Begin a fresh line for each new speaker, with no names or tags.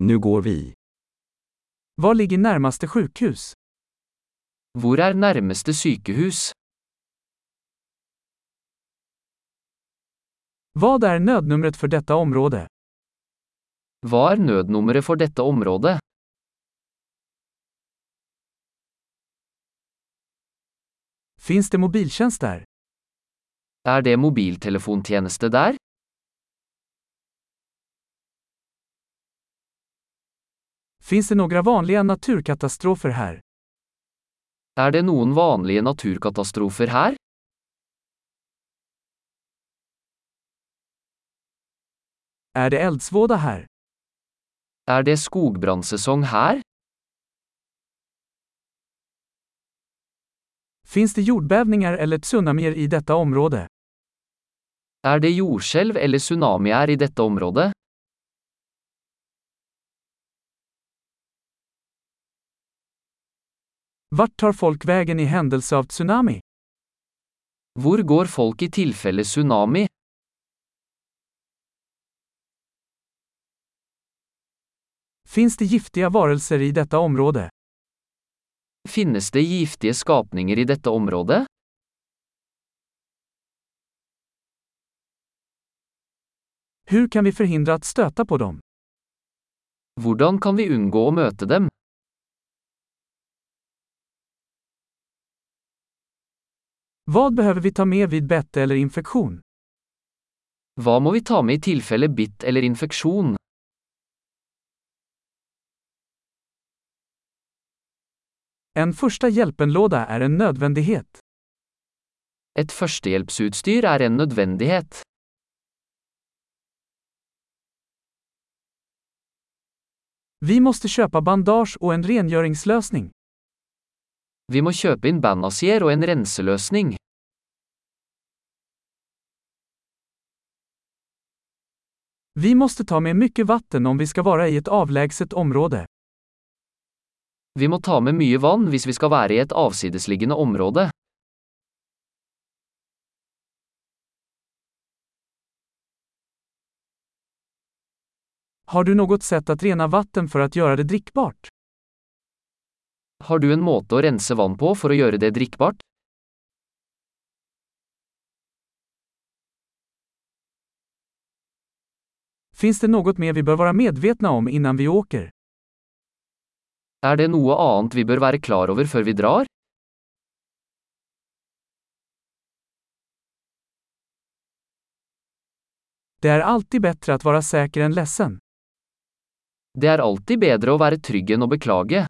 Nu går vi.
Var ligger närmaste sjukhus?
Hvor er nærmeste sykehus?
Vad är nödnumret för detta område?
Hva er nødnummeret for dette området?
Finns det mobiltjänst där?
Er det mobiltelefontjeneste der?
Finns det några vanliga naturkatastrofer här?
Er det noen vanlige naturkatastrofer her?
Är det eldsvåda här?
Er det skogbrannsesong her?
Finns det jordbävningar eller tsunamier i detta område?
Er det jordskjelv eller tsunamier i dette området?
Vart tar folk vägen i händelse av tsunami?
Hvor går folk i tilfelle tsunami?
Finns det giftiga varelser i detta område?
Finnes det giftige skapninger i dette området?
Hur kan vi förhindra att stöta på dem?
Hvordan kan vi unngå å møte dem?
Vad behöver vi ta med vid bett eller infektion?
Hva må vi ta med i tilfelle bitt eller infeksjon?
En första hjälpenlåda är en nödvändighet.
Et førstehjelpsutstyr er en nødvendighet.
Vi måste köpa bandage och en rengöringslösning.
Vi må kjøpe inn bandasier og en renseløsning.
Vi måste ta med mycket vatten om vi ska vara i ett avlägset område.
Vi må ta med mye vann hvis vi skal være i et avsidesliggende område.
Har du något sätt att rena vatten för att göra det drickbart?
Har du en måte å rense vann på for å gjøre det drikkbart?
Finns det något mer vi bör vara medvetna om innan vi åker?
Er det noe annet vi bør være klar over før vi drar?
Det är alltid bättre att vara säker än ledsen.
Det er alltid bedre å være trygg enn å beklage.